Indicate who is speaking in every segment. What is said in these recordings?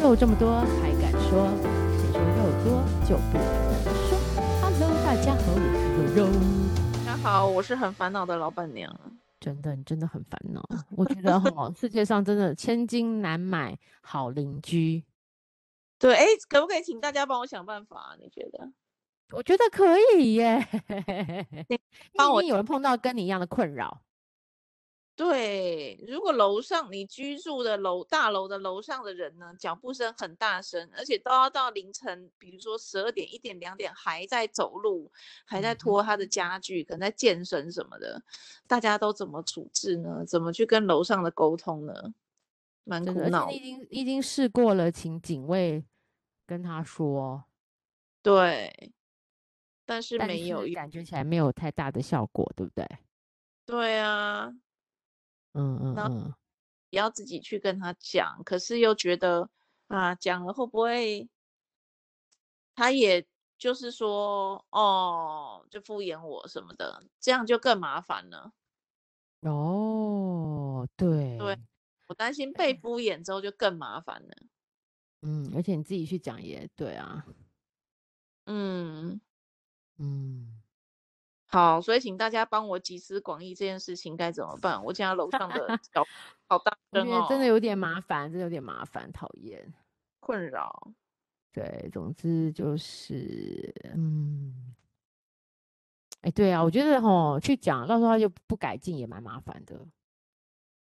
Speaker 1: 肉这么多还敢说？谁说肉多就不能说？Hello，大家好，我是肉肉。
Speaker 2: 大家好，我是很烦恼的老板娘。
Speaker 1: 真的，你真的很烦 恼。我觉得哈，世界上真的千金难买好邻 居。
Speaker 2: 对，哎，可不可以请大家帮我想办法？啊你觉得？
Speaker 1: 我觉得可以耶。
Speaker 2: 帮我
Speaker 1: 一定有人碰到跟你一样的困扰。
Speaker 2: 对，如果楼上你居住的楼大楼的楼上的人呢，脚步声很大声，而且都要到凌晨，比如说十二点、一点、两点还在走路，还在拖他的家具，可能在健身什么的，大家都怎么处置呢？怎么去跟楼上的沟通呢？蛮苦
Speaker 1: 真的，而且
Speaker 2: 恼
Speaker 1: 你已。经已经试过了，请警卫跟他说，
Speaker 2: 对，但是
Speaker 1: 但
Speaker 2: 没有
Speaker 1: 是
Speaker 2: 用。
Speaker 1: 感觉起来没有太大的效果，对不对？
Speaker 2: 对啊，
Speaker 1: 嗯嗯
Speaker 2: 那
Speaker 1: 嗯，
Speaker 2: 也要自己去跟他讲，可是又觉得啊，讲了会不会，他也就是说哦，就敷衍我什么的，这样就更麻烦了。
Speaker 1: 哦，对，
Speaker 2: 我担心被敷衍之后就更麻烦了。
Speaker 1: 嗯，而且你自己去讲也对啊，
Speaker 2: 嗯，
Speaker 1: 嗯，
Speaker 2: 好，所以请大家帮我集思广益这件事情该怎么办？我家楼上的 小好大
Speaker 1: 我
Speaker 2: 声
Speaker 1: 觉得
Speaker 2: 哦，
Speaker 1: 真的有点麻烦，真的有点麻烦，讨厌。
Speaker 2: 困扰。
Speaker 1: 对，总之就是，嗯，哎，对啊，我觉得吼去讲，到时候他就不改进也蛮麻烦的。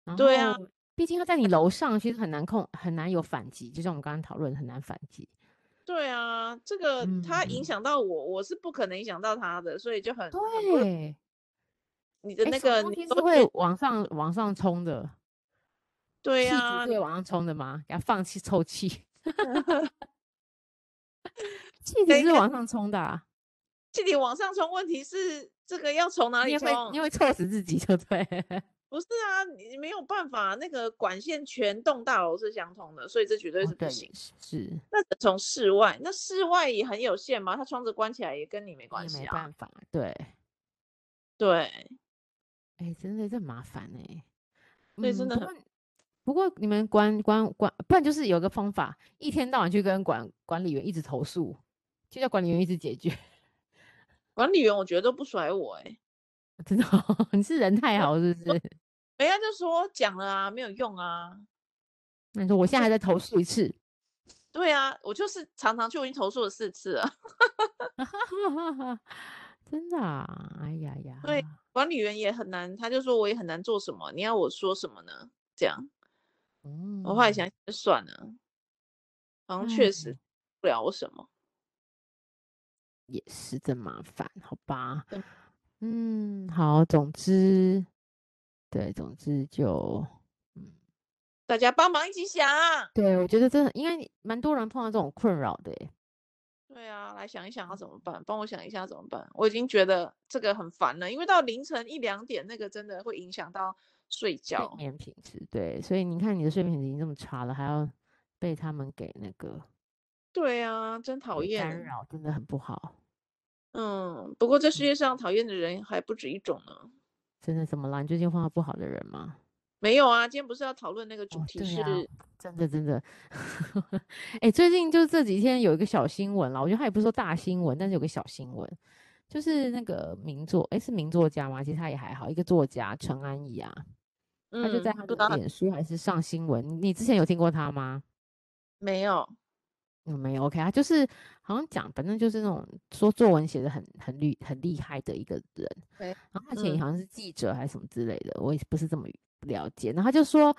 Speaker 1: 然
Speaker 2: 对啊
Speaker 1: 后，毕竟他在你楼上，其实很难控，很难有反击，就像我们刚刚讨论，很难反击。
Speaker 2: 对啊，这个他影
Speaker 1: 嗯
Speaker 2: 响到我，我是不可能影响到他的，所以就很很不容
Speaker 1: 对，
Speaker 2: 你的
Speaker 1: 哎
Speaker 2: 那
Speaker 1: 什么
Speaker 2: 个
Speaker 1: 东
Speaker 2: 你
Speaker 1: 西
Speaker 2: 都
Speaker 1: 是会往上往上冲的，
Speaker 2: 对
Speaker 1: 气
Speaker 2: 啊呀、
Speaker 1: 质是会往上冲的吗？给他放气抽 气，气
Speaker 2: 等
Speaker 1: 质
Speaker 2: 一
Speaker 1: 是
Speaker 2: 下
Speaker 1: 往上冲的、啊，
Speaker 2: 气体往上冲，问题是这个要从哪
Speaker 1: 你
Speaker 2: 里
Speaker 1: 也
Speaker 2: 冲
Speaker 1: 会？你也会臭死自己，就对 了。
Speaker 2: 不是啊，你没有办法，那个管线全栋大楼是相同的，所以这绝对
Speaker 1: 哦
Speaker 2: 是不
Speaker 1: 对
Speaker 2: 行。
Speaker 1: 是。
Speaker 2: 那只能从室外，那室外也很有限嘛，它窗子关起来也跟你没关
Speaker 1: 也
Speaker 2: 系
Speaker 1: 没
Speaker 2: 啊。
Speaker 1: 办法，对，
Speaker 2: 对，
Speaker 1: 哎，真的这麻烦哎、
Speaker 2: 所以真
Speaker 1: 嗯
Speaker 2: 的
Speaker 1: 不
Speaker 2: 很
Speaker 1: 过不过你们管管管，不然就是有个方法，一天到晚去跟管管理员一直投诉，就叫管理员一直解决。
Speaker 2: 管理员我觉得都不甩我哎、
Speaker 1: 真的哦、你是人太好是不是？
Speaker 2: 人家就说讲了啊，没有用啊。
Speaker 1: 那你说我现在还在投诉一次，
Speaker 2: 对啊，我就是常常就已经投诉了四次了。
Speaker 1: 真的啊，哎呀呀，
Speaker 2: 对管理员也很难，他就说我也很难做什么，你要我说什么呢？这样，
Speaker 1: 嗯，
Speaker 2: 我后来想想就算了，好像确
Speaker 1: 哎
Speaker 2: 实不了我什么。
Speaker 1: 也是真麻烦，好吧
Speaker 2: 真？
Speaker 1: 嗯，好，总之，对，总之就。
Speaker 2: 哦大家帮忙一起想啊。
Speaker 1: 对，我觉得真的应该蛮多人碰到这种困扰的耶。
Speaker 2: 对啊，来想一想要
Speaker 1: 嗯
Speaker 2: 怎么办，帮我想一下怎么办。我已经觉得这个很烦了，因为到凌晨一两点，那个真的会影响到睡
Speaker 1: 睡
Speaker 2: 觉。
Speaker 1: 眠品质，对，所以你看你的睡眠品质已经这么差了，还要被他们给那个
Speaker 2: 对啊，真讨
Speaker 1: 给干
Speaker 2: 厌。
Speaker 1: 扰，真的很不好。
Speaker 2: 嗯，不过这世界上讨厌的人还不止一种呢。
Speaker 1: 真的怎么了？你最近碰到不好的人吗？
Speaker 2: 没有啊，今天不是要讨论那个主
Speaker 1: 哦，
Speaker 2: 题
Speaker 1: 对
Speaker 2: 是、
Speaker 1: 啊，真的真的。哎、最近就这几天有一个小新闻啦，我觉得它也不是说大新闻，但是有个小新闻，就是那个名作，哎、是名作家吗？其实他也还好，一个作家陈安怡啊，他就
Speaker 2: 嗯
Speaker 1: 在他
Speaker 2: 不
Speaker 1: 的
Speaker 2: 知道他
Speaker 1: 脸书还是上新闻。你之前有听过他吗？
Speaker 2: 没有。
Speaker 1: 嗯，没有，OK，他就是好像讲，反正就是那种说作文写的很很厉很厉害的一个人，
Speaker 2: 对
Speaker 1: 然后他以前
Speaker 2: 嗯
Speaker 1: 好像是记者还是什么之类的，我也不是这么了解。然后他就说，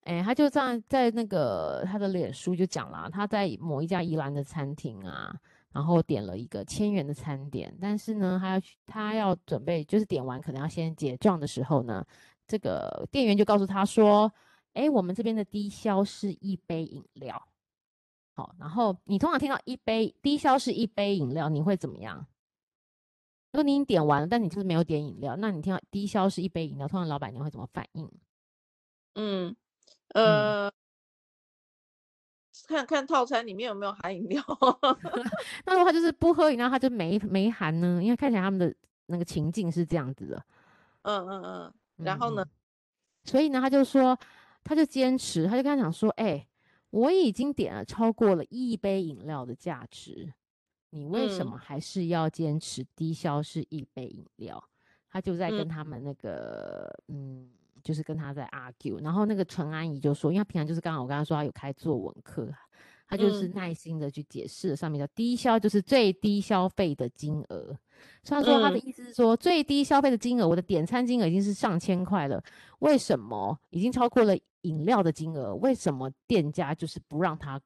Speaker 1: 哎，他就这样在那个他的脸书就讲啦，他在某一家宜兰的餐厅啊，然后点了一个千元的餐点，但是呢，他要去他要准备就是点完可能要先结账的时候呢，这个店员就告诉他说，哎，我们这边的低消是一杯饮料。好，然后你通常听到一杯低消是一杯饮料，你会怎么样？如果你已经点完了，但你就是没有点饮料，那你听到低消是一杯饮料，通常老板娘会怎么反应？
Speaker 2: 嗯，
Speaker 1: 嗯
Speaker 2: 呃，看看套餐里面有没有含饮料。
Speaker 1: 那如果他就是不喝饮料，他就没没含呢？因为看起来他们的那个情境是这样子的。
Speaker 2: 嗯嗯嗯，
Speaker 1: 嗯
Speaker 2: 然后呢？
Speaker 1: 嗯所以呢，他就说，他就坚持，他就跟他讲说，哎、我已经点了超过了一杯饮料的价值，你为什
Speaker 2: 嗯
Speaker 1: 么还是要坚持低消是一杯饮料？他就在跟
Speaker 2: 嗯
Speaker 1: 他们那个，嗯，就是跟他在 argue。然后那个陈安怡就说，因为他平常就是刚好我跟他说他有开作文课，啊他就是
Speaker 2: 嗯
Speaker 1: 耐心的去解释了上面叫低消就是最低消费的金额。所以他说他的
Speaker 2: 嗯
Speaker 1: 意思是说，最低消费的金额，我的点餐金额已经是上千块了，为什么已经超过了饮料的金额？为什么店家就是不让他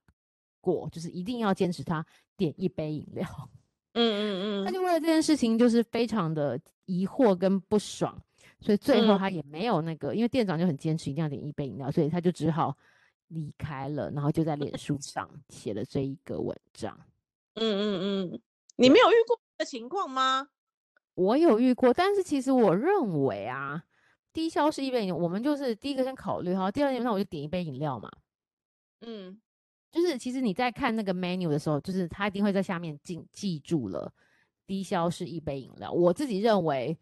Speaker 1: 过，就是一定要坚持他点一杯饮料？
Speaker 2: 嗯嗯
Speaker 1: 他
Speaker 2: 嗯，
Speaker 1: 就为了这件事情就是非常的疑惑跟不爽，所以最后
Speaker 2: 嗯
Speaker 1: 他也没有那个，因为店长就很坚持一定要点一杯饮料，所以他就只好离开了，然后就在脸书上写了这一个文章。
Speaker 2: 嗯嗯嗯，你没有遇过这个情况吗？
Speaker 1: 我有遇过，但是其实我认为啊，低消是一杯饮料，我们就是第一个先考虑哈，第二点那我就点一杯饮料嘛。
Speaker 2: 嗯
Speaker 1: 就是其实你在看那个 menu 的时候，就是它一定会在下面记记住了，低消是一杯饮料。我自己认为，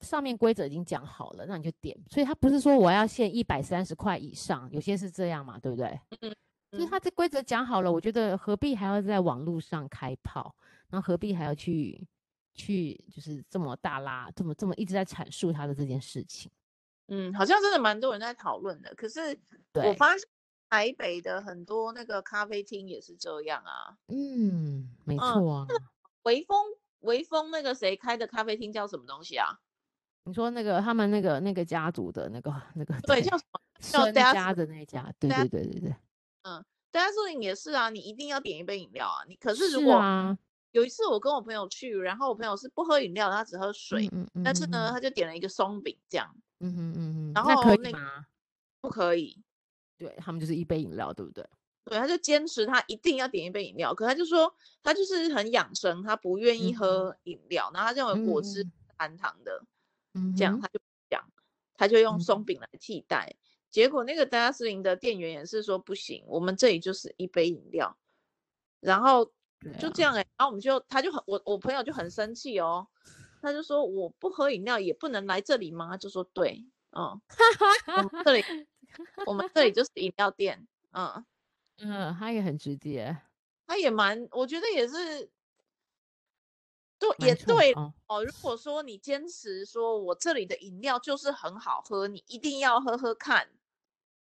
Speaker 1: 上面规则已经讲好了，那你就点。所以它不是说我要限一百三十块以上，有些是这样嘛，对不对？就是
Speaker 2: 嗯
Speaker 1: 它这规则讲好了，我觉得何必还要在网络上开炮，然后何必还要去去就是这么大拉，这么这么一直在阐述他的这件事情。
Speaker 2: 嗯，好像真的蛮多人在讨论的。可是我
Speaker 1: 对
Speaker 2: 发现台北的很多那个咖啡厅也是这样啊。
Speaker 1: 嗯，没
Speaker 2: 嗯
Speaker 1: 错啊。
Speaker 2: 微风，微风那个谁开的咖啡厅叫什么东西啊？
Speaker 1: 你说那个他们那个那个家族的那个那个
Speaker 2: 对，叫什么？叫
Speaker 1: 孙
Speaker 2: Dazzle
Speaker 1: 家的那一家，对对
Speaker 2: Dazzle
Speaker 1: 对对对，
Speaker 2: 大家说也是啊，你一定要点一杯饮料啊。你可是如
Speaker 1: 是
Speaker 2: 果、
Speaker 1: 啊，
Speaker 2: 有一次我跟我朋友去，然后我朋友是不喝饮料的，他只喝水，
Speaker 1: 嗯嗯
Speaker 2: 但是呢，
Speaker 1: 嗯
Speaker 2: 他就点了一个松饼，这样
Speaker 1: 嗯嗯嗯，嗯
Speaker 2: 然
Speaker 1: 那可
Speaker 2: 后
Speaker 1: 以
Speaker 2: 那个
Speaker 1: 吗？
Speaker 2: 不可以。
Speaker 1: 对他们就是一杯饮料，对不对？
Speaker 2: 对，他就坚持他一定要点一杯饮料，可他就说他就是很养生，他不愿意
Speaker 1: 嗯哼
Speaker 2: 喝饮料，然后他认为果汁
Speaker 1: 嗯嗯
Speaker 2: 是含糖的，
Speaker 1: 嗯
Speaker 2: 这样
Speaker 1: 哼
Speaker 2: 他就不讲，他就用
Speaker 1: 嗯
Speaker 2: 松饼来替代。结果那个达斯林的店员也是说不行，我们这里就是一杯饮料，然后
Speaker 1: 对
Speaker 2: 就
Speaker 1: 啊
Speaker 2: 这样哎、然后我们就他就很我我朋友就很生气哦，他就说我不喝饮料也不能来这里吗？他就说对， 嗯，我们这里我们这里就是饮料店，嗯。
Speaker 1: 嗯，他也很直接，
Speaker 2: 他也蛮，我觉得也是，对，
Speaker 1: 蛮
Speaker 2: 也
Speaker 1: 冲
Speaker 2: 对
Speaker 1: 哦，
Speaker 2: 哦。如果说你坚持说我这里的饮料就是很好喝，你一定要喝喝看，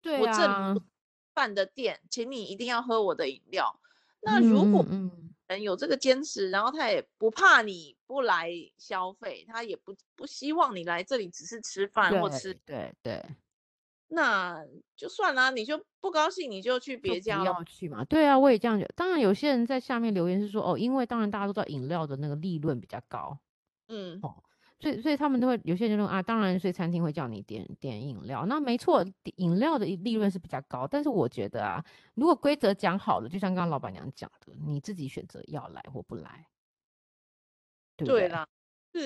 Speaker 1: 对
Speaker 2: 我这里
Speaker 1: 啊，
Speaker 2: 饭的店，请你一定要喝我的饮料。那如果
Speaker 1: 嗯嗯
Speaker 2: 人有这个坚持，然后他也不怕你不来消费，他也不不希望你来这里只是吃
Speaker 1: 嗯
Speaker 2: 饭或
Speaker 1: 对
Speaker 2: 吃，
Speaker 1: 对对，
Speaker 2: 那就算啦、你就不高兴你就去
Speaker 1: 就
Speaker 2: 别
Speaker 1: 不
Speaker 2: 家了。
Speaker 1: 要去嘛，对啊，我也这样觉得。当然，有些人在下面留言是说，哦，因为当然大家都知道饮料的那个利润比较高，
Speaker 2: 嗯
Speaker 1: 哦所以所以他们都会有些人就说啊，当然，所以餐厅会叫你点点饮料。那没错，点饮料的利润是比较高，但是我觉得啊，如果规则讲好了，就像刚刚老板娘讲的，你自己选择要来或不来，对不对？
Speaker 2: 对啦，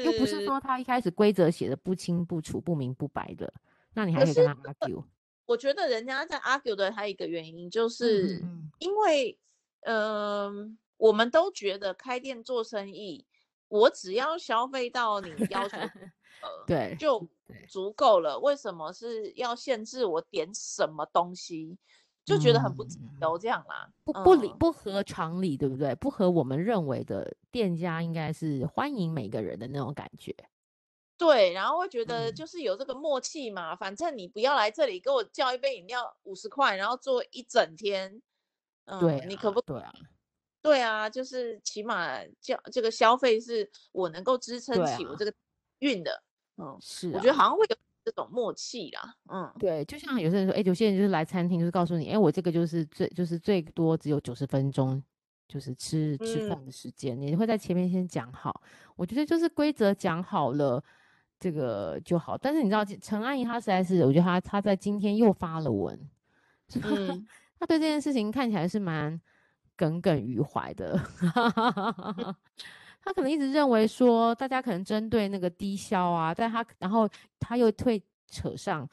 Speaker 1: 又不是
Speaker 2: 是
Speaker 1: 说他一开始规则写的不清不楚、不明不白的，那你还
Speaker 2: 可
Speaker 1: 可以
Speaker 2: 是
Speaker 1: 跟他 argue。
Speaker 2: 我觉得人家在 argue 的还有一个原因，就
Speaker 1: 嗯
Speaker 2: 是
Speaker 1: 嗯
Speaker 2: 因为，嗯、我们都觉得开店做生意，我只要消费到你要 求
Speaker 1: 嗯，
Speaker 2: 呃
Speaker 1: 对，
Speaker 2: 就
Speaker 1: 对
Speaker 2: 足够了，为什么是要限制我点什么东西？就觉得很不自
Speaker 1: 嗯
Speaker 2: 由这样啦，
Speaker 1: 不不理
Speaker 2: 嗯
Speaker 1: 不合常理，对不对？不合我们认为的店家应该是欢迎每个人的那种感觉。
Speaker 2: 对，然后会觉得
Speaker 1: 嗯
Speaker 2: 就是有这个默契嘛，反正你不要来这里给我叫一杯饮料五十块，然后做一整天，嗯、
Speaker 1: 对
Speaker 2: 你可
Speaker 1: 啊
Speaker 2: 不
Speaker 1: 对啊，
Speaker 2: 对啊，就是起码叫这个消费是我能够支撑
Speaker 1: 对
Speaker 2: 起我
Speaker 1: 啊
Speaker 2: 这个运的，嗯，
Speaker 1: 是啊。
Speaker 2: 我觉得好像会有这种默契啦， 嗯，
Speaker 1: 对，就像有些人说，哎、有些人就是来餐厅，就是告诉你，哎、我这个就是最就是最多只有九十分钟，就是吃吃饭的时间，你会在前面先讲好。我觉得就是规则讲好了，这个就好。但是你知道，陈阿姨她实在是，我觉得她她在今天又发了文，
Speaker 2: 嗯
Speaker 1: 她对这件事情看起来是蛮耿耿于怀的。 她可能一直认为说，大家可能针对那个低消啊，但她然后她又会扯上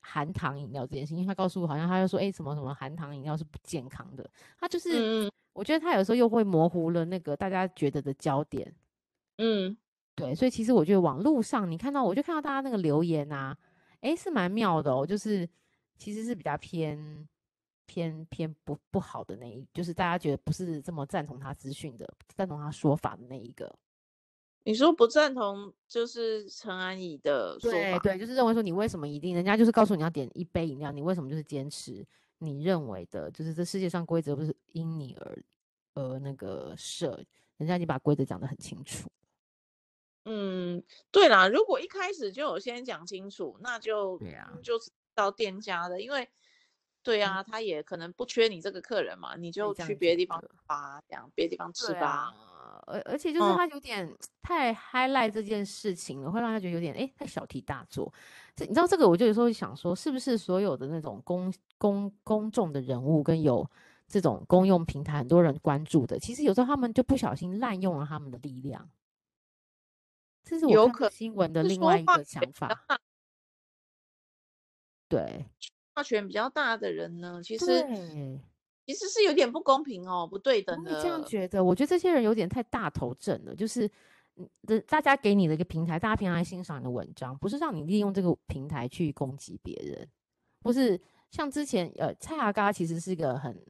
Speaker 1: 含糖饮料这件事情，因为她告诉我，好像她就说，哎、什么什么含糖饮料是不健康的。她就是，
Speaker 2: 嗯
Speaker 1: 我觉得她有时候又会模糊了那个大家觉得的焦点。
Speaker 2: 嗯
Speaker 1: 对，所以其实我觉得网络上你看到，我就看到大家那个留言啊，诶，是蛮妙的哦，就是其实是比较偏偏偏不不好的那一，就是大家觉得不是这么赞同他资讯的，赞同他说法的那一个。
Speaker 2: 你说不赞同就是陈安怡的说
Speaker 1: 对
Speaker 2: 法，
Speaker 1: 对，就是认为说你为什么一定，人家就是告诉你要点一杯饮料，你为什么就是坚持你认为的，就是这世界上规则不是因你而而那个设，人家已经把规则讲得很清楚。
Speaker 2: 嗯，对啦，如果一开始就有先讲清楚，那就
Speaker 1: 对呀
Speaker 2: 就是到店家的，因为
Speaker 1: 嗯
Speaker 2: 对
Speaker 1: 哎
Speaker 2: 啊，他也可能不缺你这个客人嘛，你就
Speaker 1: 这
Speaker 2: 去
Speaker 1: 样
Speaker 2: 别
Speaker 1: 觉
Speaker 2: 的地方
Speaker 1: 得
Speaker 2: 吧，这样别的地方吃
Speaker 1: 对
Speaker 2: 吧。
Speaker 1: 啊，而而且就是
Speaker 2: 嗯
Speaker 1: 他有点太 highlight 这件事情了，会让他觉得有点哎太小题大做。这你知道这个，我就有时候想说，是不是所有的那种公公公众的人物跟有这种公用平台很多人关注的，其实有时候他们就不小心滥用了他们的力量。这是
Speaker 2: 有
Speaker 1: 我看
Speaker 2: 可
Speaker 1: 到新闻的
Speaker 2: 是
Speaker 1: 另
Speaker 2: 说
Speaker 1: 外一
Speaker 2: 话
Speaker 1: 个想法。对，
Speaker 2: 话权比较大的人呢，其实
Speaker 1: 对，
Speaker 2: 其实是有点不公平哦，不对等
Speaker 1: 我也这样
Speaker 2: 的。
Speaker 1: 觉得，我觉得这些人有点太大头症了，就是。嗯的大家给你的一个平台，大家平常来欣赏你的文章，不是让你利用这个平台去攻击别人，不是像之前呃蔡阿嘎其实是一个很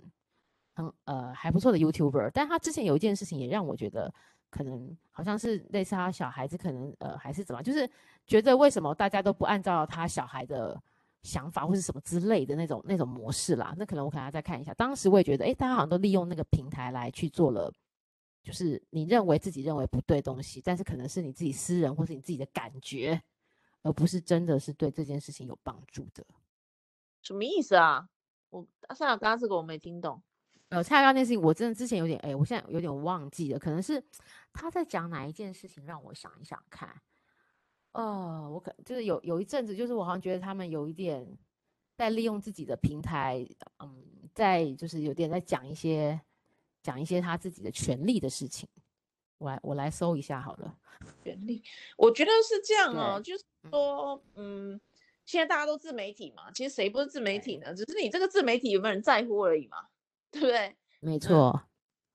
Speaker 1: 很呃还不错的 YouTuber，但他之前有一件事情也让我觉得可能好像是类似他小孩子可能呃还是怎么样，就是觉得为什么大家都不按照他小孩的想法或是什么之类的那种那种模式啦，那可能我可能要再看一下。当时我也觉得，诶，大家好像都利用那个平台来去做了。就是你认为自己认为不对的东西，但是可能是你自己私人或是你自己的感觉，而不是真的是对这件事情有帮助的。
Speaker 2: 什么意思啊？我塞尔刚这个我没听懂。
Speaker 1: 呃，蔡康那事情，我真的之前有点，哎、我现在有点忘记了，可能是他在讲哪一件事情，让我想一想看。呃，我可就是有有一阵子，就是我好像觉得他们有一点在利用自己的平台，嗯，在就是有点在讲一些讲一些他自己的权利的事情。我来我来搜一下好了。
Speaker 2: 权利，我觉得是这样哦，
Speaker 1: 对
Speaker 2: 就是
Speaker 1: 嗯
Speaker 2: 说，嗯，现在大家都自媒体嘛，其实谁不是自媒体呢？只是你这个自媒体有没有人在乎而已嘛，对不对？
Speaker 1: 没错，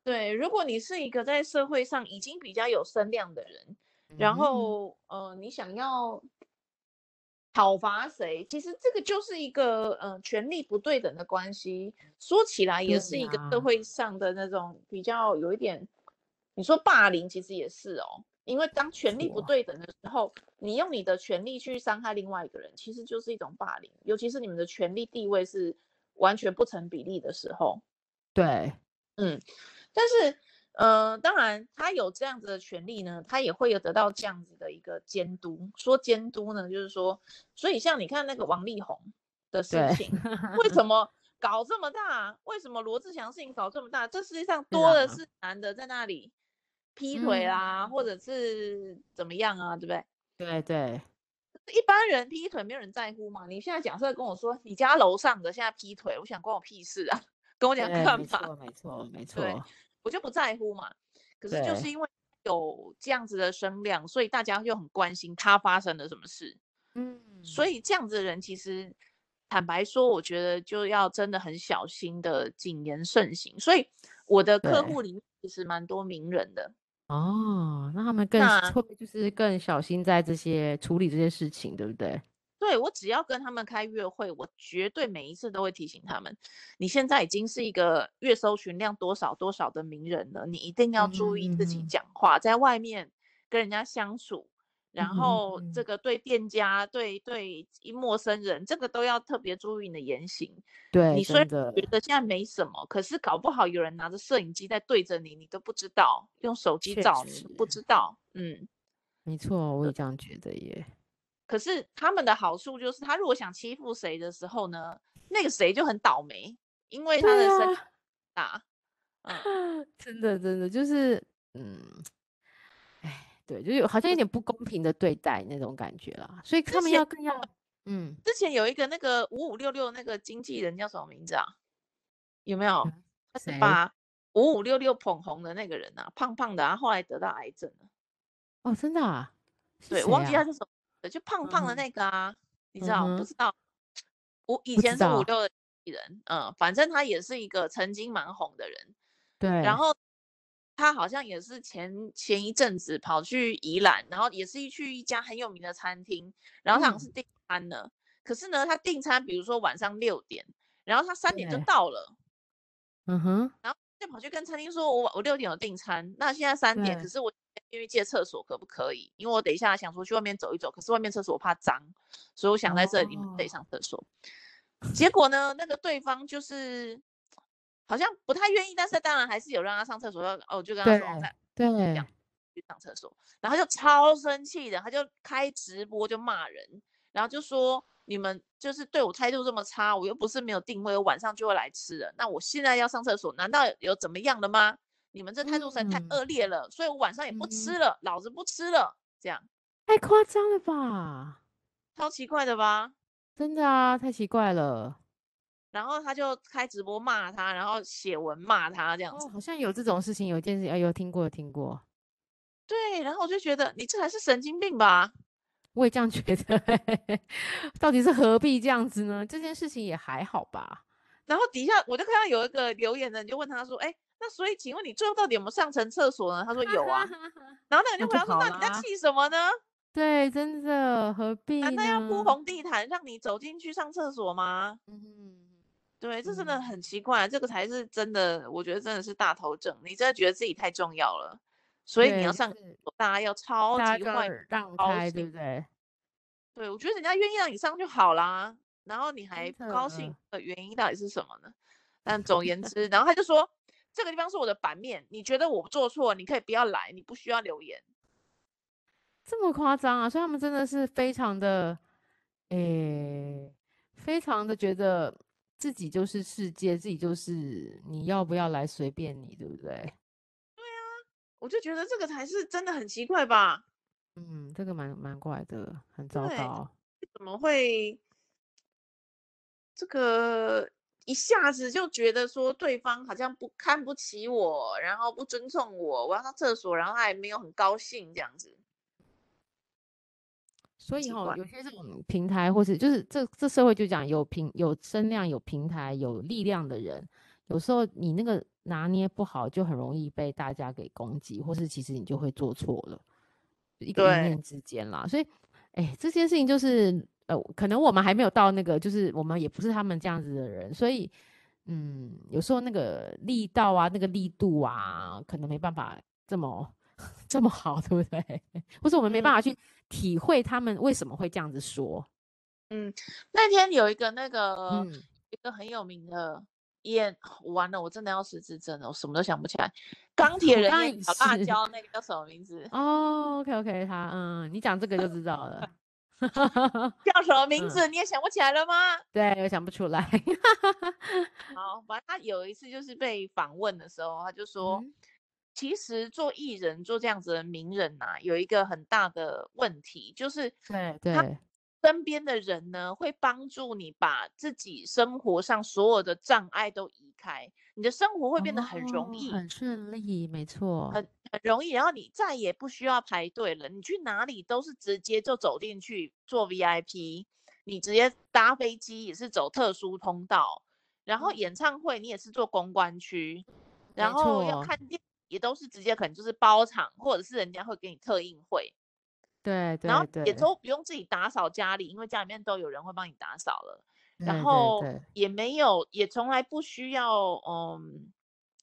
Speaker 2: 对，如果你是一个在社会上已经比较有声量的人，然
Speaker 1: 嗯
Speaker 2: 后呃，你想要讨伐谁，其实这个就是一个呃权力不对等的关系。说起来也
Speaker 1: 对
Speaker 2: 是一个
Speaker 1: 呀
Speaker 2: 社会上的那种比较有一点，你说霸凌其实也是哦，因为当权力不
Speaker 1: 错
Speaker 2: 对等的时候，你用你的权力去伤害另外一个人，其实就是一种霸凌，尤其是你们的权力地位是完全不成比例的时候。
Speaker 1: 对，
Speaker 2: 嗯，但是呃，当然他有这样子的权利呢，他也会有得到这样子的一个监督。说监督呢，就是说，所以像你看那个王力宏的事
Speaker 1: 对
Speaker 2: 情，为 什么搞这么大？为什么罗志祥事情搞这么大？这世界上
Speaker 1: 对
Speaker 2: 多
Speaker 1: 啊嗯
Speaker 2: 的是男的在那里劈腿啦，或者是怎么样啊，对不对？
Speaker 1: 对对，
Speaker 2: 一般人劈腿没有人在乎嘛。你现在假设跟我说你家楼上的现在劈腿，我想关我屁事啊，跟我讲
Speaker 1: 对
Speaker 2: 干
Speaker 1: 没
Speaker 2: 嘛？
Speaker 1: 错没错没错，
Speaker 2: 我就不在乎嘛。可是就是
Speaker 1: 对
Speaker 2: 因为有这样子的声量，所以大家就很关心他发生了什么事。
Speaker 1: 嗯，
Speaker 2: 所以这样子的人，其实坦白说，我觉得就要真的很小心的谨言慎行。所以我的
Speaker 1: 对
Speaker 2: 客户里面其实蛮多名人的，
Speaker 1: 哦，那他们更
Speaker 2: 那
Speaker 1: 会不会就是更小心在这些处理这些事情，对不对？
Speaker 2: 对我只要跟他们开月会，我绝对每一次都会提醒他们，你现在已经是一个月搜寻量多少多少的名人了，你一定要
Speaker 1: 嗯
Speaker 2: 注意
Speaker 1: 哼
Speaker 2: 自己
Speaker 1: 嗯哼
Speaker 2: 讲话，在外面跟人家相处，然
Speaker 1: 嗯哼
Speaker 2: 后
Speaker 1: 嗯
Speaker 2: 这个对店家、对对一陌生人，这个都要特别注意你的言行。
Speaker 1: 对，
Speaker 2: 你虽然
Speaker 1: 真的，
Speaker 2: 觉得现在没什么，可是搞不好有人拿着摄影机在对着你，你都不知道，用手机
Speaker 1: 确
Speaker 2: 照你都不
Speaker 1: 实
Speaker 2: 知道，嗯。
Speaker 1: 没错，我也这样觉得耶。
Speaker 2: 可是他们的好处就是，他如果想欺负谁的时候呢，那个谁就很倒霉，因为他的
Speaker 1: 对
Speaker 2: 身体
Speaker 1: 啊，
Speaker 2: 大，嗯，
Speaker 1: 真的真的就是，嗯，哎，对，就是好像有点不公平的对待那种感觉啦，所以他们
Speaker 2: 前
Speaker 1: 要更要，嗯，
Speaker 2: 之前有一个那个五五六六那个经纪人叫什么名字啊？有没有？他是
Speaker 1: 嗯谁？
Speaker 2: 把五五六六捧红的那个人啊，胖胖的、啊，后来得到癌症了。
Speaker 1: 哦，真的啊？是
Speaker 2: 对，
Speaker 1: 谁
Speaker 2: 我忘记他
Speaker 1: 啊？
Speaker 2: 是什么名字，就胖
Speaker 1: 嗯
Speaker 2: 胖的
Speaker 1: 哼
Speaker 2: 那个啊，你
Speaker 1: 嗯
Speaker 2: 知道不
Speaker 1: 哼，
Speaker 2: 知道？我以
Speaker 1: 不知
Speaker 2: 前是五
Speaker 1: 道，
Speaker 2: 六的艺人，嗯，反正他也是一个曾经蛮红的人。然
Speaker 1: 对，
Speaker 2: 后他好像也是前前一阵子跑去宜兰，然后也是一去一家很有名的餐厅，然后他好像是
Speaker 1: 嗯，
Speaker 2: 订餐了。可是呢，他订餐，比如说晚上六点，然后他三点就
Speaker 1: 对
Speaker 2: 到了，
Speaker 1: 嗯哼，
Speaker 2: 就跑去跟餐厅说我我六点有订餐，那现在三点，
Speaker 1: 对
Speaker 2: 可是我愿意借厕所可不可以？因为我等一下想说去外面走一走，可是外面厕所我怕脏，所以我想在这里你们得
Speaker 1: 哦
Speaker 2: 上厕所。结果呢，那个对方就是好像不太愿意，但是当然还是有让他上厕所。哦，我就跟他说我在
Speaker 1: 对，
Speaker 2: 样去上厕所，然后他就超生气的，他就开直播就骂人，然后就说你们就是对我态度这么差，我又不是没有定位，我晚上就会来吃的，那我现在要上厕所，难道有怎么样了吗？你们这态度实在太
Speaker 1: 嗯
Speaker 2: 恶劣了，所以我晚上也不
Speaker 1: 嗯
Speaker 2: 吃了，老子不吃了，这样
Speaker 1: 太夸张了吧？
Speaker 2: 超奇怪的吧？
Speaker 1: 真的啊，太奇怪了。
Speaker 2: 然后他就开直播骂他，然后写文骂他这样子。
Speaker 1: 哦，好像有这种事情，有一件事，哎，有听过，有听过，
Speaker 2: 对，然后我就觉得你这还是神经病吧？
Speaker 1: 我也这样觉得、 到底是何必这样子呢？这件事情也还好吧。
Speaker 2: 然后底下我就看到有一个留言的人就问他说：“哎、那所以请问你最后到底有没有上成厕所呢？” 他说：“有啊。”，然后那个人就
Speaker 1: 那就
Speaker 2: 回答说：“
Speaker 1: 好
Speaker 2: 那你在
Speaker 1: 啦
Speaker 2: 气什么呢？
Speaker 1: 对，真的何必呢？
Speaker 2: 难啊道要铺红地毯让你走进去上厕所吗
Speaker 1: 嗯？”
Speaker 2: 对，这真的
Speaker 1: 嗯
Speaker 2: 很奇怪，这个才是真的，我觉得真的是大头症，你真的觉得自己太重要了，所以你要
Speaker 1: 对
Speaker 2: 上
Speaker 1: 就
Speaker 2: 厕
Speaker 1: 是
Speaker 2: 所，大家要超
Speaker 1: 大
Speaker 2: 级
Speaker 1: 家
Speaker 2: 换
Speaker 1: 就。让
Speaker 2: 高
Speaker 1: 开，对
Speaker 2: 兴
Speaker 1: 不对？
Speaker 2: 对，我觉得人家愿意让你上就好啦，然后你还不高兴
Speaker 1: 的
Speaker 2: 的原因到底是什么呢？但总而言之，然后他就说这个地方是我的版面，你觉得我做错，你可以不要来，你不需要留言。
Speaker 1: 这么夸张啊！所以他们真的是非常的，诶、非常的觉得自己就是世界，自己就是你要不要来随便你，对不对？
Speaker 2: 我就觉得这个才是真的很奇怪吧。
Speaker 1: 嗯，这个蛮蛮怪的，很糟
Speaker 2: 对
Speaker 1: 糕。
Speaker 2: 怎么会这个一下子就觉得说对方好像不看不起我，然后不尊重我，我要上厕所，然后他也没有很高兴这样子。
Speaker 1: 所以
Speaker 2: 奇
Speaker 1: 哈、
Speaker 2: 怪
Speaker 1: 有些这种平台，或是就是这这社会就讲有平有声量、有平台、有力量的人，有时候你那个拿捏不好，就很容易被大家给攻击，或是其实你就会做错了，一个一
Speaker 2: 对
Speaker 1: 念之间啦。所以，哎，这件事情就是呃，可能我们还没有到那个，就是我们也不是他们这样子的人，所以。嗯，有时候那个力道啊，那个力度啊，可能没办法这么 这么好，对不对？ 或是我们没
Speaker 2: 嗯
Speaker 1: 办法去体会他们为什么会这样子说。
Speaker 2: 那天有一个那个、
Speaker 1: 嗯，
Speaker 2: 一个很有名的演，完了，我真的要失智症了，我什么都想不起来。 钢铁
Speaker 1: 我
Speaker 2: 人
Speaker 1: 刚刚
Speaker 2: 演
Speaker 1: 也
Speaker 2: 小辣
Speaker 1: 是
Speaker 2: 椒那个叫什么 名字？
Speaker 1: 哦，OK OK，他嗯，你讲这个就知道了。
Speaker 2: 叫什么名
Speaker 1: 嗯
Speaker 2: 字？你也想不起来了吗？
Speaker 1: 对，我想不出来。
Speaker 2: 好，反正他有一次就是被访问的时候，他就 说，
Speaker 1: 嗯
Speaker 2: 其实做艺人、做这样子的名人呐、有一个很大的问题，就是
Speaker 1: 对
Speaker 2: 他
Speaker 1: 对，
Speaker 2: 身边的人呢，会帮助你把自己生活上所有的障碍都移开，你的生活会变得很容
Speaker 1: 哦
Speaker 2: 易，
Speaker 1: 很顺利，没错。
Speaker 2: 很很容易，然后你再也不需要排队了，你去哪里都是直接就走进去做 VIP，你直接搭飞机也是走特殊通道，然后
Speaker 1: 嗯
Speaker 2: 演唱会你也是坐公关区，然
Speaker 1: 没
Speaker 2: 后要
Speaker 1: 错
Speaker 2: 看电影也都是直接可能就是包场，或者是人家会给你特映会，
Speaker 1: 对对
Speaker 2: 然后
Speaker 1: 对，
Speaker 2: 也都不用自己打扫家里，因为家里面都有人会帮你打扫了。
Speaker 1: 嗯对
Speaker 2: 然后
Speaker 1: 对对
Speaker 2: 也没有，也从来不需要，嗯，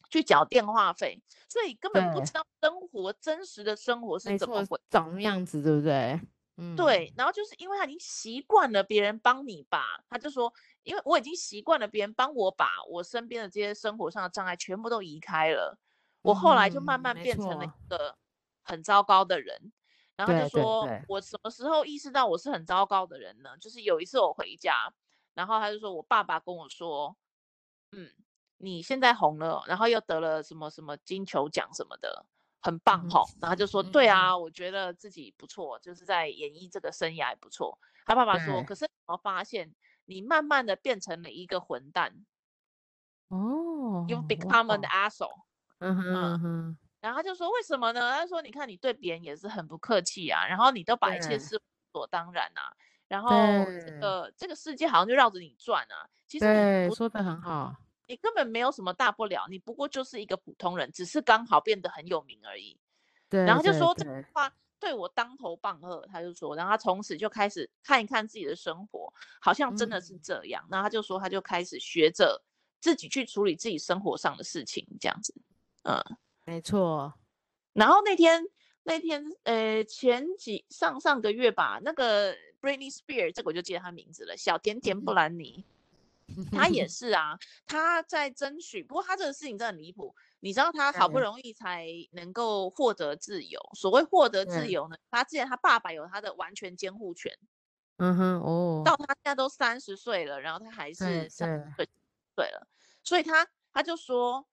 Speaker 2: 去缴电话费，所以根本不
Speaker 1: 对
Speaker 2: 知道生活真实的生活是
Speaker 1: 没
Speaker 2: 怎么
Speaker 1: 错
Speaker 2: 回。，
Speaker 1: 长那样子，对不对？嗯，
Speaker 2: 对，然后就是因为他已经习惯了别人帮你把，他就说，因为我已经习惯了别人帮我把我身边的这些生活上的障碍全部都移开了，我后来就慢
Speaker 1: 嗯
Speaker 2: 慢
Speaker 1: 没
Speaker 2: 变成了
Speaker 1: 错
Speaker 2: 一个很糟糕的人。然后他就
Speaker 1: 对对
Speaker 2: 说
Speaker 1: 对
Speaker 2: 我什么时候意识到我是很糟糕的人呢？就是有一次我回家，然后他就说我爸爸跟我说，嗯，你现在红了，然后又得了什么什么金球奖什么的，很棒
Speaker 1: 嗯
Speaker 2: 吼。然后他就说，
Speaker 1: 嗯
Speaker 2: 对啊，我觉得自己不错，就是在演艺这个生涯也不错。他爸爸说，
Speaker 1: 对
Speaker 2: 可是我发现你慢慢的变成了一个混蛋
Speaker 1: 哦，
Speaker 2: ，you
Speaker 1: 哇
Speaker 2: become 啊 an
Speaker 1: 哦
Speaker 2: asshole。
Speaker 1: 嗯哼
Speaker 2: 啊
Speaker 1: 嗯哼，
Speaker 2: 然后他就说为什么呢？他就说你看你对别人也是很不客气啊，然后你都把一切
Speaker 1: 对
Speaker 2: 视为理所当然啊，然后这
Speaker 1: 对
Speaker 2: 个这个世界好像就绕着你转啊，其实你
Speaker 1: 对，
Speaker 2: 不
Speaker 1: 说的很好。
Speaker 2: 你根本没有什么大不了，你不过就是一个普通人，只是刚好变得很有名而已。
Speaker 1: 对，
Speaker 2: 然后就
Speaker 1: 对
Speaker 2: 说这
Speaker 1: 对
Speaker 2: 话对我当头棒喝，他就说，然后他从此就开始看一看自己的生活，好像真的是这样。那、他就说，他就开始学着自己去处理自己生活上的事情，这样子。
Speaker 1: 没错，
Speaker 2: 然后那天那天呃前几上上个月吧，那个 Britney Spears 这个我就记得她名字了，小甜甜布兰妮，她也是啊，她在争取，不过她这个事情真的很离谱。你知道她好不
Speaker 1: 嗯
Speaker 2: 容易才能够获得自由，所谓获得自
Speaker 1: 嗯
Speaker 2: 由呢，她之前她爸爸有她的完全监护权，
Speaker 1: 嗯哼，哦，
Speaker 2: 到她现在都三十岁了，然后她还
Speaker 1: 对
Speaker 2: 是三
Speaker 1: 对，
Speaker 2: 对了，所以他他就说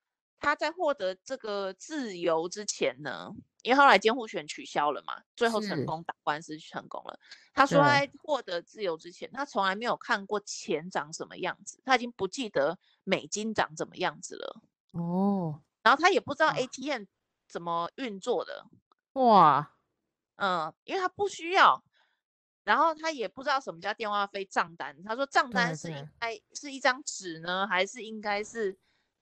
Speaker 2: 他在获得这个自由之前呢，因为后来监护权取消了嘛，最后
Speaker 1: 是
Speaker 2: 成功打官司成功了。他说他
Speaker 1: 对
Speaker 2: 在获得自由之前，他从来没有看过钱长什么样子，他已经不记得美金长怎么样子了，
Speaker 1: 哦，
Speaker 2: 然后他也不知道
Speaker 1: 哇
Speaker 2: ATM 怎么运作的，
Speaker 1: 哇，
Speaker 2: 嗯，因为他不需要，然后他也不知道什么叫电话费账单。他说账单
Speaker 1: 对
Speaker 2: 是
Speaker 1: 对
Speaker 2: 应该是一张纸呢，还是应该是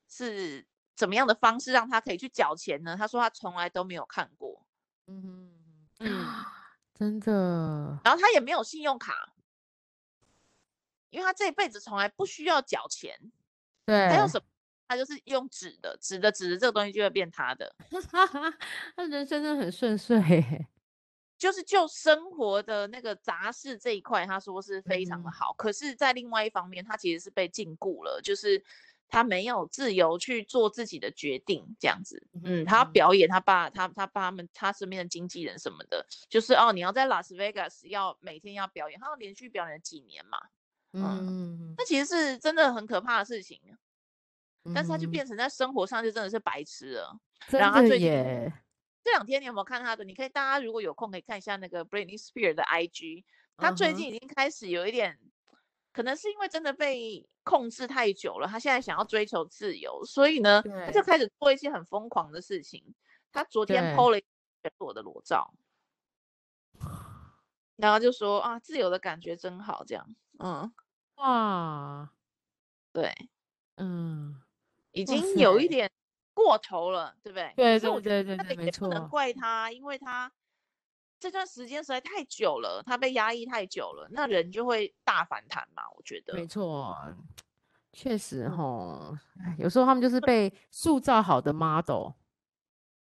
Speaker 2: 是怎么样的方式让他可以去缴钱呢？他说他从来都没有看过，
Speaker 1: 嗯哼，
Speaker 2: 嗯，
Speaker 1: 真的，
Speaker 2: 然后他也没有信用卡，因为他这一辈子从来不需要缴钱，
Speaker 1: 对，
Speaker 2: 他用什么？他就是用纸的，纸的纸的这个东西就会变他的，
Speaker 1: 他人生真的很顺遂 欸，
Speaker 2: 就是就生活的那个杂事这一块，他说是非常的
Speaker 1: 嗯
Speaker 2: 好。可是，在另外一方面，他其实是被禁锢了，就是他没有自由去做自己的决定，这样子。嗯，他要
Speaker 1: 嗯
Speaker 2: 表演他爸、他他爸他们、他身边的经纪人什么的，就是哦，你要在拉斯维加斯要每天要表演，他要连续表演几年嘛，
Speaker 1: 嗯，
Speaker 2: 那其实是真的很可怕的事情。但是他就
Speaker 1: 嗯
Speaker 2: 变成在生活上就真的是白痴了。
Speaker 1: 真
Speaker 2: 然后他
Speaker 1: 的
Speaker 2: 最近
Speaker 1: 耶，
Speaker 2: 这两天你有没有看他的？你可以，大家如果有空可以看一下那个 Britney Spears 的 IG，他
Speaker 1: 嗯
Speaker 2: 最
Speaker 1: 哼
Speaker 2: 近已经开始有一点，可能是因为真的被控制太久了，他现在想要追求自由，所以呢，他就
Speaker 1: 对
Speaker 2: 开始做一些很疯狂的事情。他昨天
Speaker 1: 对
Speaker 2: PO 了全裸的裸照，然后就说啊，自由的感觉真好，这样，嗯，
Speaker 1: 哇，
Speaker 2: 对，
Speaker 1: 嗯，
Speaker 2: 已
Speaker 1: 哇
Speaker 2: 经有一
Speaker 1: 塞
Speaker 2: 点过头了，对不对？
Speaker 1: 对
Speaker 2: 可是我
Speaker 1: 对
Speaker 2: 觉
Speaker 1: 对
Speaker 2: 得
Speaker 1: 对
Speaker 2: 那
Speaker 1: 对，
Speaker 2: 个
Speaker 1: 没
Speaker 2: 也不能
Speaker 1: 错，
Speaker 2: 怪他，因为他这段时间实在太久了，他被压抑太久了，那人就会大反弹嘛。我觉
Speaker 1: 没
Speaker 2: 得，
Speaker 1: 错，确实
Speaker 2: 嗯
Speaker 1: 吼，哎有时候他们就是被塑造好的 model，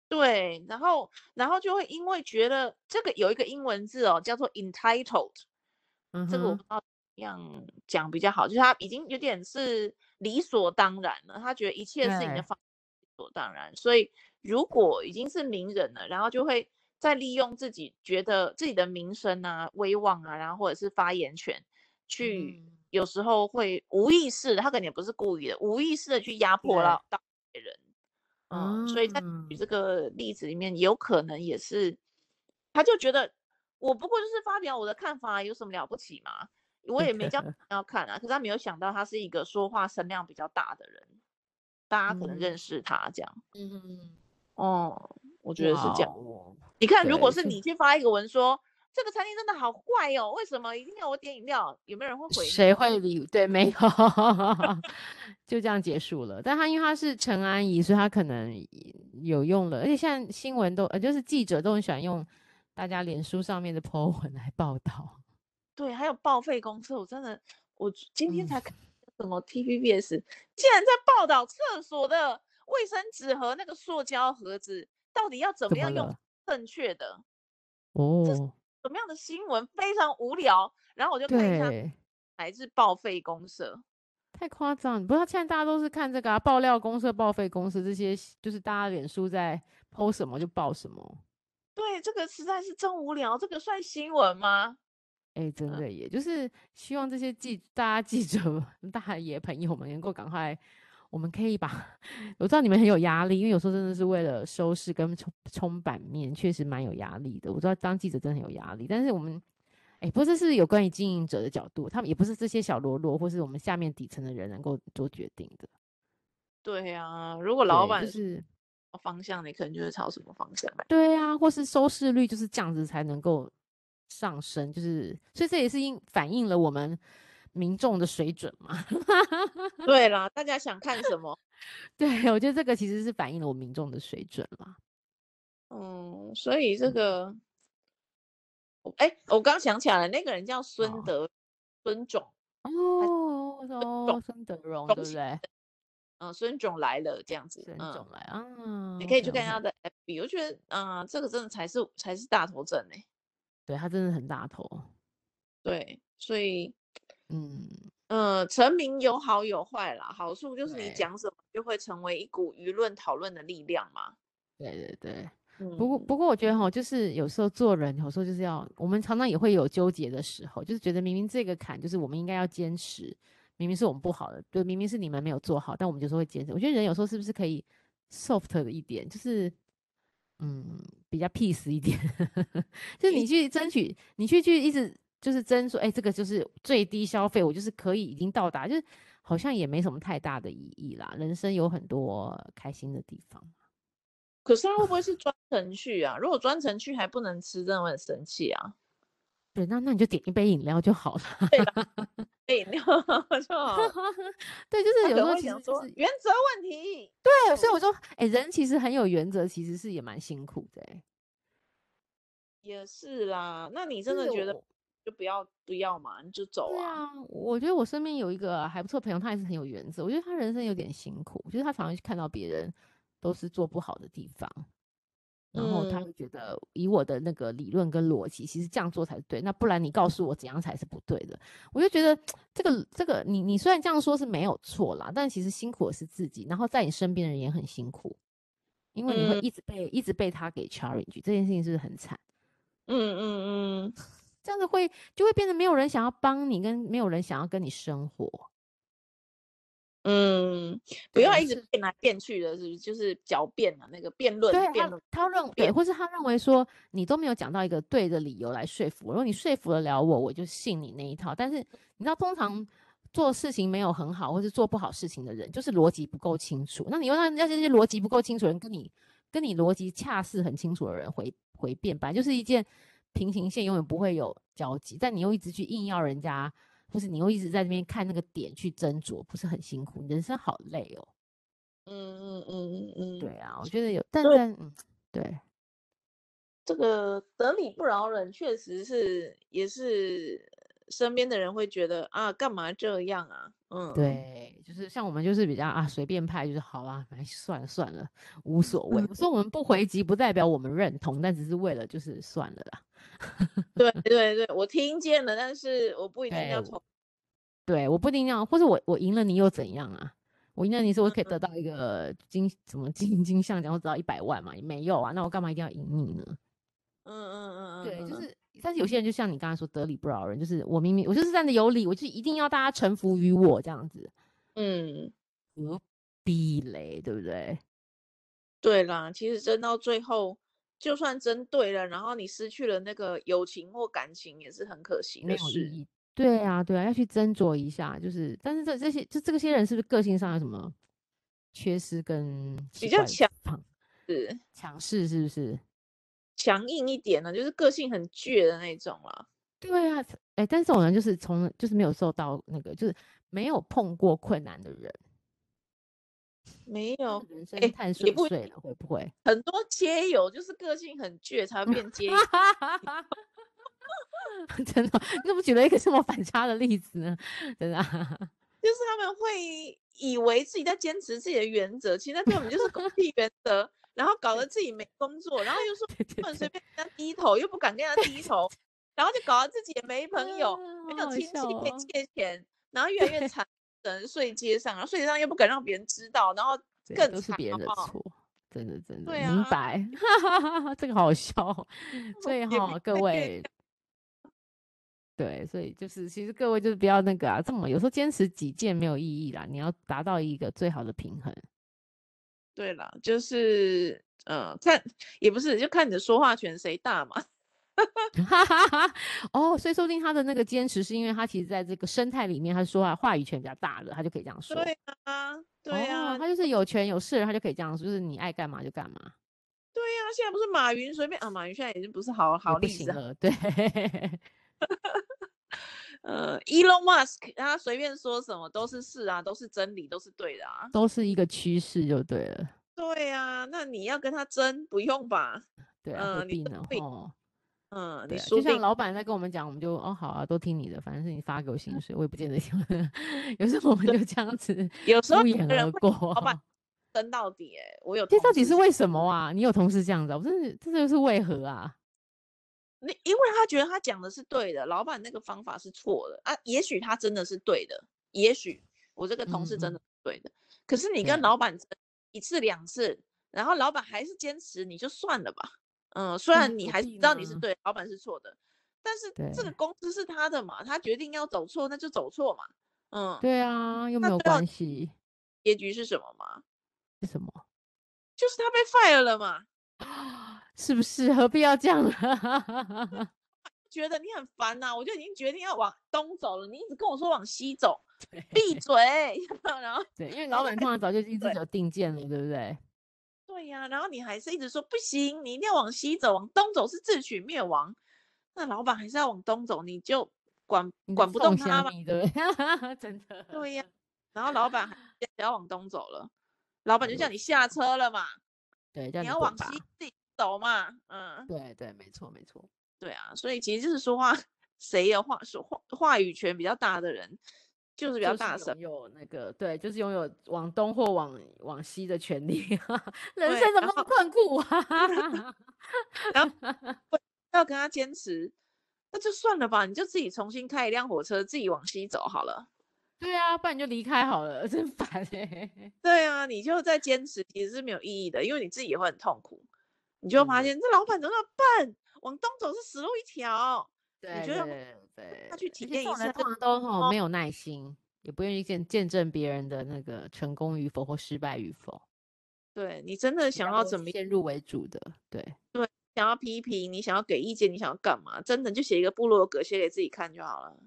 Speaker 2: 对，然后然后就会因为觉得这个有一个英文字哦，叫做 entitled，
Speaker 1: 嗯
Speaker 2: 这个我
Speaker 1: 哼，
Speaker 2: 不知道怎么样讲比较好，就是他已经有点是理所当然了，他觉得一切事情的
Speaker 1: 对
Speaker 2: 方理所当然，所以如果已经是名人了，然后就会再利用自己觉得自己的名声啊、威望啊，然后或者是发言权，去
Speaker 1: 嗯，
Speaker 2: 有时候会无意识的，他肯定不是故意的，无意识的去压迫
Speaker 1: 对
Speaker 2: 到到别人，嗯，所以在举
Speaker 1: 嗯，
Speaker 2: 这个例子里面，有可能也是，他就觉得我不过就是发表我的看法，啊有什么了不起嘛？我也没 叫你要看啊。可是他没有想到，他是一个说话声量比较大的人，大家可能认
Speaker 1: 嗯
Speaker 2: 识他这样。
Speaker 1: 嗯哼，
Speaker 2: 哦，我觉得是
Speaker 1: 哇
Speaker 2: 这样。
Speaker 1: 哦，
Speaker 2: 你看，如果
Speaker 1: 对
Speaker 2: 是
Speaker 1: 这
Speaker 2: 你去发一个文说这个餐厅真的好怪哦，为什么一定要我点饮料？有没有人会回你？
Speaker 1: 谁会理？对，没有， 就这样结束了。但他因为他是陈安怡，所以他可能有用了。而且现在新闻都，呃，就是记者都很喜欢用大家脸书上面的 po 文来报道。
Speaker 2: 对，还有报废公厕，我真的，我今天
Speaker 1: 嗯
Speaker 2: 才看什么 TVBS，竟然在报道厕所的卫生纸和那个塑胶盒子到底要怎么
Speaker 1: 怎么
Speaker 2: 样用
Speaker 1: 了？
Speaker 2: 正确的，
Speaker 1: 哦，
Speaker 2: 什么样的新闻非常无聊。然后我就看一下，
Speaker 1: 对，
Speaker 2: 来自报废公社，
Speaker 1: 太夸张了！你不知道现在大家都是看这个、啊、爆料公社、报废公社这些，就是大家脸书在 po 什么就报什么。
Speaker 2: 对，这个实在是真无聊，这个算新闻吗？
Speaker 1: 哎，真
Speaker 2: 嗯
Speaker 1: 的耶，就是希望这些记大家记者们、 大爷朋友们能够赶快，我们可以把，我知道你们很有压力，因为有时候真的是为了收视跟冲冲版面，确实蛮有压力的。我知道当记者真的很有压力，但是我们，哎，不过这是有关于经营者的角度，他们也不是这些小喽啰或是我们下面底层的人能够做决定的。
Speaker 2: 对呀、啊，如果老
Speaker 1: 对，就
Speaker 2: 板
Speaker 1: 是
Speaker 2: 方向，你可能就会朝什么方 向来。
Speaker 1: 对啊，或是收视率就是这样子才能够上升，就是所以这也是因反映了我们民众的水准嘛。
Speaker 2: 对啦，大家想看什么？
Speaker 1: 对，我觉得这个其
Speaker 2: 哦
Speaker 1: 实是反映了我民众的水准啦。
Speaker 2: 嗯，所以这个哎，我刚想起来了，那个人叫孙
Speaker 1: 哦
Speaker 2: 德孙总，
Speaker 1: 哦，我说
Speaker 2: 总
Speaker 1: 孙德荣
Speaker 2: 总
Speaker 1: 对不
Speaker 2: 是
Speaker 1: 对？
Speaker 2: 嗯，孙总来了这样子，
Speaker 1: 孙
Speaker 2: 嗯
Speaker 1: 总来啊，
Speaker 2: 你可以去
Speaker 1: OK，OK
Speaker 2: 看他的 FB，我觉得，嗯、这个真的才是才是大头症哎、
Speaker 1: 对他真的很大头，
Speaker 2: 对，所以，
Speaker 1: 嗯，
Speaker 2: 嗯，成名有好有坏啦，好处就是你
Speaker 1: 对
Speaker 2: 讲什么就会成为一股舆论讨论的力量嘛。
Speaker 1: 对对对。
Speaker 2: 嗯，
Speaker 1: 不过，不过我觉得哈，就是有时候做人，有时候就是要，我们常常也会有纠结的时候，就是觉得明明这个坎就是我们应该要坚持，明明是我们不好的，对，明明是你们没有做好，但我们就是会坚持。我觉得人有时候是不是可以 soft 的一点，就是嗯，比较 peace 一点， 就是你去争取，你去去一直就是争说，哎、这个就是最低消费，我就是可以已经到达，就是好像也没什么太大的意义啦。人生有很多开心的地方。
Speaker 2: 可是他会不会是专程去啊？如果专程去还不能吃，真的会很生 气啊。
Speaker 1: 对，那那你就点一杯饮料就好了。
Speaker 2: 饮料 就好了，
Speaker 1: 对，就是有
Speaker 2: 他可
Speaker 1: 时
Speaker 2: 能
Speaker 1: 候
Speaker 2: 会
Speaker 1: 其实
Speaker 2: 想
Speaker 1: 就
Speaker 2: 说
Speaker 1: 是
Speaker 2: 原则问题。
Speaker 1: 对，所以我说，哎、人其实很有原则，其实是也蛮辛苦的、欸。
Speaker 2: 也是啦，那你真
Speaker 1: 就
Speaker 2: 的
Speaker 1: 是
Speaker 2: 觉得
Speaker 1: 我
Speaker 2: 就不要不要嘛，你就走
Speaker 1: 对
Speaker 2: 啊。
Speaker 1: 啊，我觉得我身边有一个还不错朋友，他也是很有原则。我觉得他人生有点辛苦，就是他常常去看到别人都是做不好的地方，然后他
Speaker 2: 嗯
Speaker 1: 会觉得以我的那个理论跟逻辑，其实这样做才是对。那不然你告诉我怎样才是不对的？我就觉得这个这个，你你虽然这样说是没有错啦，但其实辛苦的是自己，然后在你身边的人也很辛苦，因为你会
Speaker 2: 嗯
Speaker 1: 一直被、一直被他给 challenge，这件事情是不是很惨？
Speaker 2: 嗯嗯嗯，
Speaker 1: 这样子会就会变得没有人想要帮你，跟没有人想要跟你生活。
Speaker 2: 嗯，不
Speaker 1: 可
Speaker 2: 要
Speaker 1: 能
Speaker 2: 一直
Speaker 1: 是
Speaker 2: 变来变去的，是不是？就是狡辩啊，那个辩论
Speaker 1: 对
Speaker 2: 辩
Speaker 1: 他
Speaker 2: 论，，
Speaker 1: 他认对，
Speaker 2: 辩
Speaker 1: 或是他认为说你都没有讲到一个对的理由来说服我，如果你说服得了我，我就信你那一套。但是你知道，通常做事情没有很好，或是做不好事情的人，就是逻辑不够清楚。那你又让要这些逻辑不够清楚的人跟你跟你逻辑恰似很清楚的人回回辩，本来就是一件平行线，永远不会有交集。但你又一直去硬要人家，或是你又一直在那边看那个点去斟酌，不是很辛苦？你人生好累哦。
Speaker 2: 嗯嗯嗯嗯
Speaker 1: 对
Speaker 2: 嗯，
Speaker 1: 啊，我觉得有，但
Speaker 2: 对
Speaker 1: 但嗯，对。
Speaker 2: 这个得理不饶人，确实是也是身边的人会觉得啊，干嘛这样啊？嗯，，
Speaker 1: 对，就是像我们就是比较啊随便派，就是好啊，反正算了算了，无所谓。
Speaker 2: 嗯
Speaker 1: 我说我们不回击，不代表我们认同，但只是为了就是算了啦。
Speaker 2: 对对对，我听见了，但是我不一定
Speaker 1: 对
Speaker 2: 要
Speaker 1: 我
Speaker 2: 从
Speaker 1: 对，我不一定要，或者我我赢了你又怎样啊？我赢了你是我可以
Speaker 2: 嗯
Speaker 1: 得到一个 金什么金金像奖，我只要一百万嘛，也没有啊，那我干嘛一定要赢你呢？
Speaker 2: 嗯嗯嗯嗯，
Speaker 1: 对，就
Speaker 2: 嗯
Speaker 1: 是，但是有些人就像你刚才说得理不饶人，就是我明明我就是站的有理，我就一定要大家臣服于我这样子，
Speaker 2: 嗯，
Speaker 1: 何必嘞？对不对？
Speaker 2: 对啦，其实争到最后，就算争对了，然后你失去了那个友情或感情，也是很可惜
Speaker 1: 没
Speaker 2: 的
Speaker 1: 有意
Speaker 2: 事。
Speaker 1: 义。对啊，对啊，要去斟酌一下，就是，但是这这些就这些人是不是个性上有什么缺失跟奇
Speaker 2: 比较
Speaker 1: 怪的
Speaker 2: 强
Speaker 1: 地方
Speaker 2: 是
Speaker 1: 强势是不是？
Speaker 2: 强硬一点的，就是个性很倔的那种啦。
Speaker 1: 对啊，哎，但是这种人就是从就是没有受到那个就是没有碰过困难的人，
Speaker 2: 没
Speaker 1: 他
Speaker 2: 有
Speaker 1: 的人
Speaker 2: 哎
Speaker 1: 生太
Speaker 2: 也
Speaker 1: 顺
Speaker 2: 不一
Speaker 1: 遂了，会不会？
Speaker 2: 很多街友，就是个性很倔才会变街 友。
Speaker 1: 真的，你怎么举了一个这么反差的例子呢？ 真的啊、
Speaker 2: 就是他们会以为自己在坚持自己的原则，其实那根本就是狗屁原则，然后搞得自己没工作，然后又说
Speaker 1: 对对
Speaker 2: 不能
Speaker 1: 对
Speaker 2: 随，便跟他低头，又不敢跟他低头， 然后就搞得自己也没朋友，
Speaker 1: 啊
Speaker 2: 没
Speaker 1: 好
Speaker 2: 有
Speaker 1: 好
Speaker 2: 亲戚
Speaker 1: 笑
Speaker 2: 可以
Speaker 1: 哦
Speaker 2: 借钱，然后越来越惨，只能睡街上，然后睡街上又不敢让别人知道，然后
Speaker 1: 对，
Speaker 2: 更
Speaker 1: 都是
Speaker 2: 惨，
Speaker 1: 别
Speaker 2: 好
Speaker 1: 人的
Speaker 2: 不好？
Speaker 1: 错，真的真的
Speaker 2: 对
Speaker 1: 明
Speaker 2: 啊
Speaker 1: 白， 这个好笑 哦。所以
Speaker 2: 也没
Speaker 1: 哈，各
Speaker 2: 在越
Speaker 1: 位，对，所以就是其实各位就是不要那个啊，这么有时候坚持己见没有意义啦，你要达到一个最好的平衡。
Speaker 2: 对啦，就是呃，看也不是，就看你的说话权谁大嘛。
Speaker 1: 哈哈哈！哦，所以说不定他的那个坚持，是因为他其实在这个生态里面，他说话啊话语权比较大的，他就可以这样说。
Speaker 2: 对啊，对啊
Speaker 1: 哦，，他就是有权有势，他就可以这样说，就是你爱干嘛就干嘛。
Speaker 2: 对呀、现在不是马云随便啊，马云现在已经不是好
Speaker 1: 也
Speaker 2: 好
Speaker 1: 不
Speaker 2: 例
Speaker 1: 行
Speaker 2: 子啊，
Speaker 1: 了， 对，
Speaker 2: 呃，Elon Musk 他随便说什么都是是啊，都是真理，都是对的啊。
Speaker 1: 都是一个趋势就对了。
Speaker 2: 对啊，那你要跟他争，不用吧？
Speaker 1: 对啊，
Speaker 2: 嗯、
Speaker 1: 何
Speaker 2: 你
Speaker 1: 必
Speaker 2: 都
Speaker 1: 呢？
Speaker 2: 会
Speaker 1: 哦，
Speaker 2: 嗯，
Speaker 1: 对
Speaker 2: 你
Speaker 1: 啊，
Speaker 2: 输
Speaker 1: 就像
Speaker 2: 定
Speaker 1: 老板在跟我们讲，我们就哦好啊，都听你的，反正是你发给我
Speaker 2: 嗯
Speaker 1: 薪水，我也不见得听。 有时候我们就这样子
Speaker 2: 有时
Speaker 1: 敷
Speaker 2: 候有
Speaker 1: 衍
Speaker 2: 的人
Speaker 1: 而
Speaker 2: 会
Speaker 1: 过。
Speaker 2: 老板跟到底、欸，我有
Speaker 1: 这
Speaker 2: 同
Speaker 1: 到底
Speaker 2: 事
Speaker 1: 是为什么啊？你有同事这样子、啊，我真的这就是为何啊？
Speaker 2: 那因为他觉得他讲的是对的，老板那个方法是错的啊，也许他真的是对的，也许我这个同事真
Speaker 1: 嗯
Speaker 2: 的是对的，可是你
Speaker 1: 对
Speaker 2: 跟老板争一次两次，然后老板还是坚持，你就算了吧。嗯，虽
Speaker 1: 那
Speaker 2: 然
Speaker 1: 就
Speaker 2: 你
Speaker 1: 何
Speaker 2: 还是
Speaker 1: 必
Speaker 2: 知道你是
Speaker 1: 呢
Speaker 2: 对，老板是错的，但是这
Speaker 1: 对
Speaker 2: 个公司是他的嘛，他决定要走错，那就走错嘛。嗯，
Speaker 1: 对啊，又
Speaker 2: 那
Speaker 1: 没有
Speaker 2: 最后
Speaker 1: 关系，
Speaker 2: 结局是什么嘛？
Speaker 1: 是什么？
Speaker 2: 就是他被 fire 了嘛。
Speaker 1: 是不是？ 何必要这样呢？啊
Speaker 2: 觉得你很烦呐、我就已经决定要往东走了，你一直跟我说往西走，
Speaker 1: 对
Speaker 2: 闭嘴。 然后
Speaker 1: 对，因为
Speaker 2: 然
Speaker 1: 老
Speaker 2: 后
Speaker 1: 板
Speaker 2: 开
Speaker 1: 通常早就一只
Speaker 2: 对
Speaker 1: 脚定见了，对不对？
Speaker 2: 对呀、然后你还是一直说不行，你一定要往西走，往东走是自取灭亡。那老板还是要往东走，你就管
Speaker 1: 你就
Speaker 2: 管不动
Speaker 1: 送虾
Speaker 2: 他嘛。
Speaker 1: 米，对不对？ 真的。
Speaker 2: 对呀、然后老板还是要往东走了，老板
Speaker 1: 哎
Speaker 2: 就
Speaker 1: 呦
Speaker 2: 叫你下车了嘛，
Speaker 1: 对，叫
Speaker 2: 你
Speaker 1: 你
Speaker 2: 要
Speaker 1: 滚
Speaker 2: 往
Speaker 1: 吧。
Speaker 2: 西自己走嘛。嗯，
Speaker 1: 对对，没错没错。
Speaker 2: 对啊，所以其实就是说话， 谁有话说话话语权比较大的人，就是比较
Speaker 1: 就
Speaker 2: 大
Speaker 1: 是
Speaker 2: 声。
Speaker 1: 拥有那个对，就是拥有往东或往往西的权利。 人
Speaker 2: 对
Speaker 1: 生怎
Speaker 2: 然
Speaker 1: 么那么
Speaker 2: 后
Speaker 1: 困苦啊？
Speaker 2: 要跟他坚持，那就算了吧，你就自己重新开一辆火车，自己往西走好了。
Speaker 1: 对啊，不然你就离开好了， 真烦哎、
Speaker 2: 对啊， 你就再坚持，其实是没有意义的，因为你自己也会很痛苦。你就会发
Speaker 1: 嗯
Speaker 2: 现这老板怎么那么笨，往东走是死路一条。
Speaker 1: 对
Speaker 2: 觉得
Speaker 1: 对对，
Speaker 2: 他去体
Speaker 1: 而且
Speaker 2: 验
Speaker 1: 这
Speaker 2: 一
Speaker 1: 种人
Speaker 2: 下
Speaker 1: 通
Speaker 2: 哦
Speaker 1: 常都吼没有耐心，也不愿意见见证别人的那个成功与否或失败与否，
Speaker 2: 对你真的
Speaker 1: 比较
Speaker 2: 想要
Speaker 1: 都
Speaker 2: 怎么
Speaker 1: 先入为主的， 对
Speaker 2: 想要批评，你想要给意见，你想要干嘛？真的就写一个部落格，写给自己看就好了。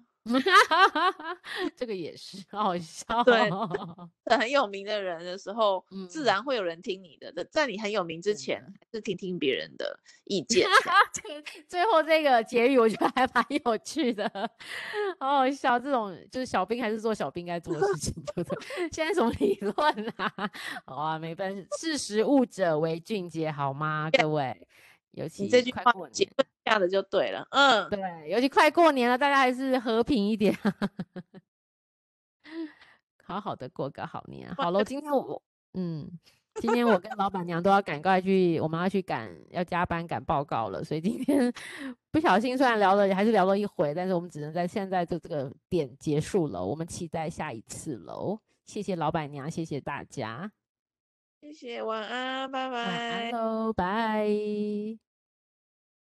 Speaker 1: 这个也是好好笑、
Speaker 2: 对
Speaker 1: 哦。
Speaker 2: 很有名的人的时候，
Speaker 1: 嗯
Speaker 2: 自
Speaker 1: 啊
Speaker 2: 然会有人听你的。在你很有名之
Speaker 1: 真的
Speaker 2: 前，还是听听别人的 意见。
Speaker 1: 这个最后这个结语，我觉得还蛮有趣的，好好笑。这种就是小兵还是做小兵该做的事情，对不对？ 现在什么理论啊？好啊，没办法，识时务者为俊杰，好吗？各位，尤
Speaker 2: 你
Speaker 1: 其
Speaker 2: 这句
Speaker 1: 快
Speaker 2: 话
Speaker 1: 过
Speaker 2: 结
Speaker 1: 年，
Speaker 2: 论下的就对了。嗯，
Speaker 1: 对，尤其快过年了，大家还是和平一点， 好好的过个好年。啊
Speaker 2: 不然
Speaker 1: 好喽，今天我，嗯。今天我跟老板娘都要赶快去，我们要去赶要加班赶报告了，所以今天 不小心虽然聊了还是聊了一回，但是我们只能在现在就这个点结束了。我们期待下一次喽，谢谢老板娘，谢谢大家，
Speaker 2: 谢谢，晚安，拜
Speaker 1: 晚
Speaker 2: 拜
Speaker 1: 安。喽，拜。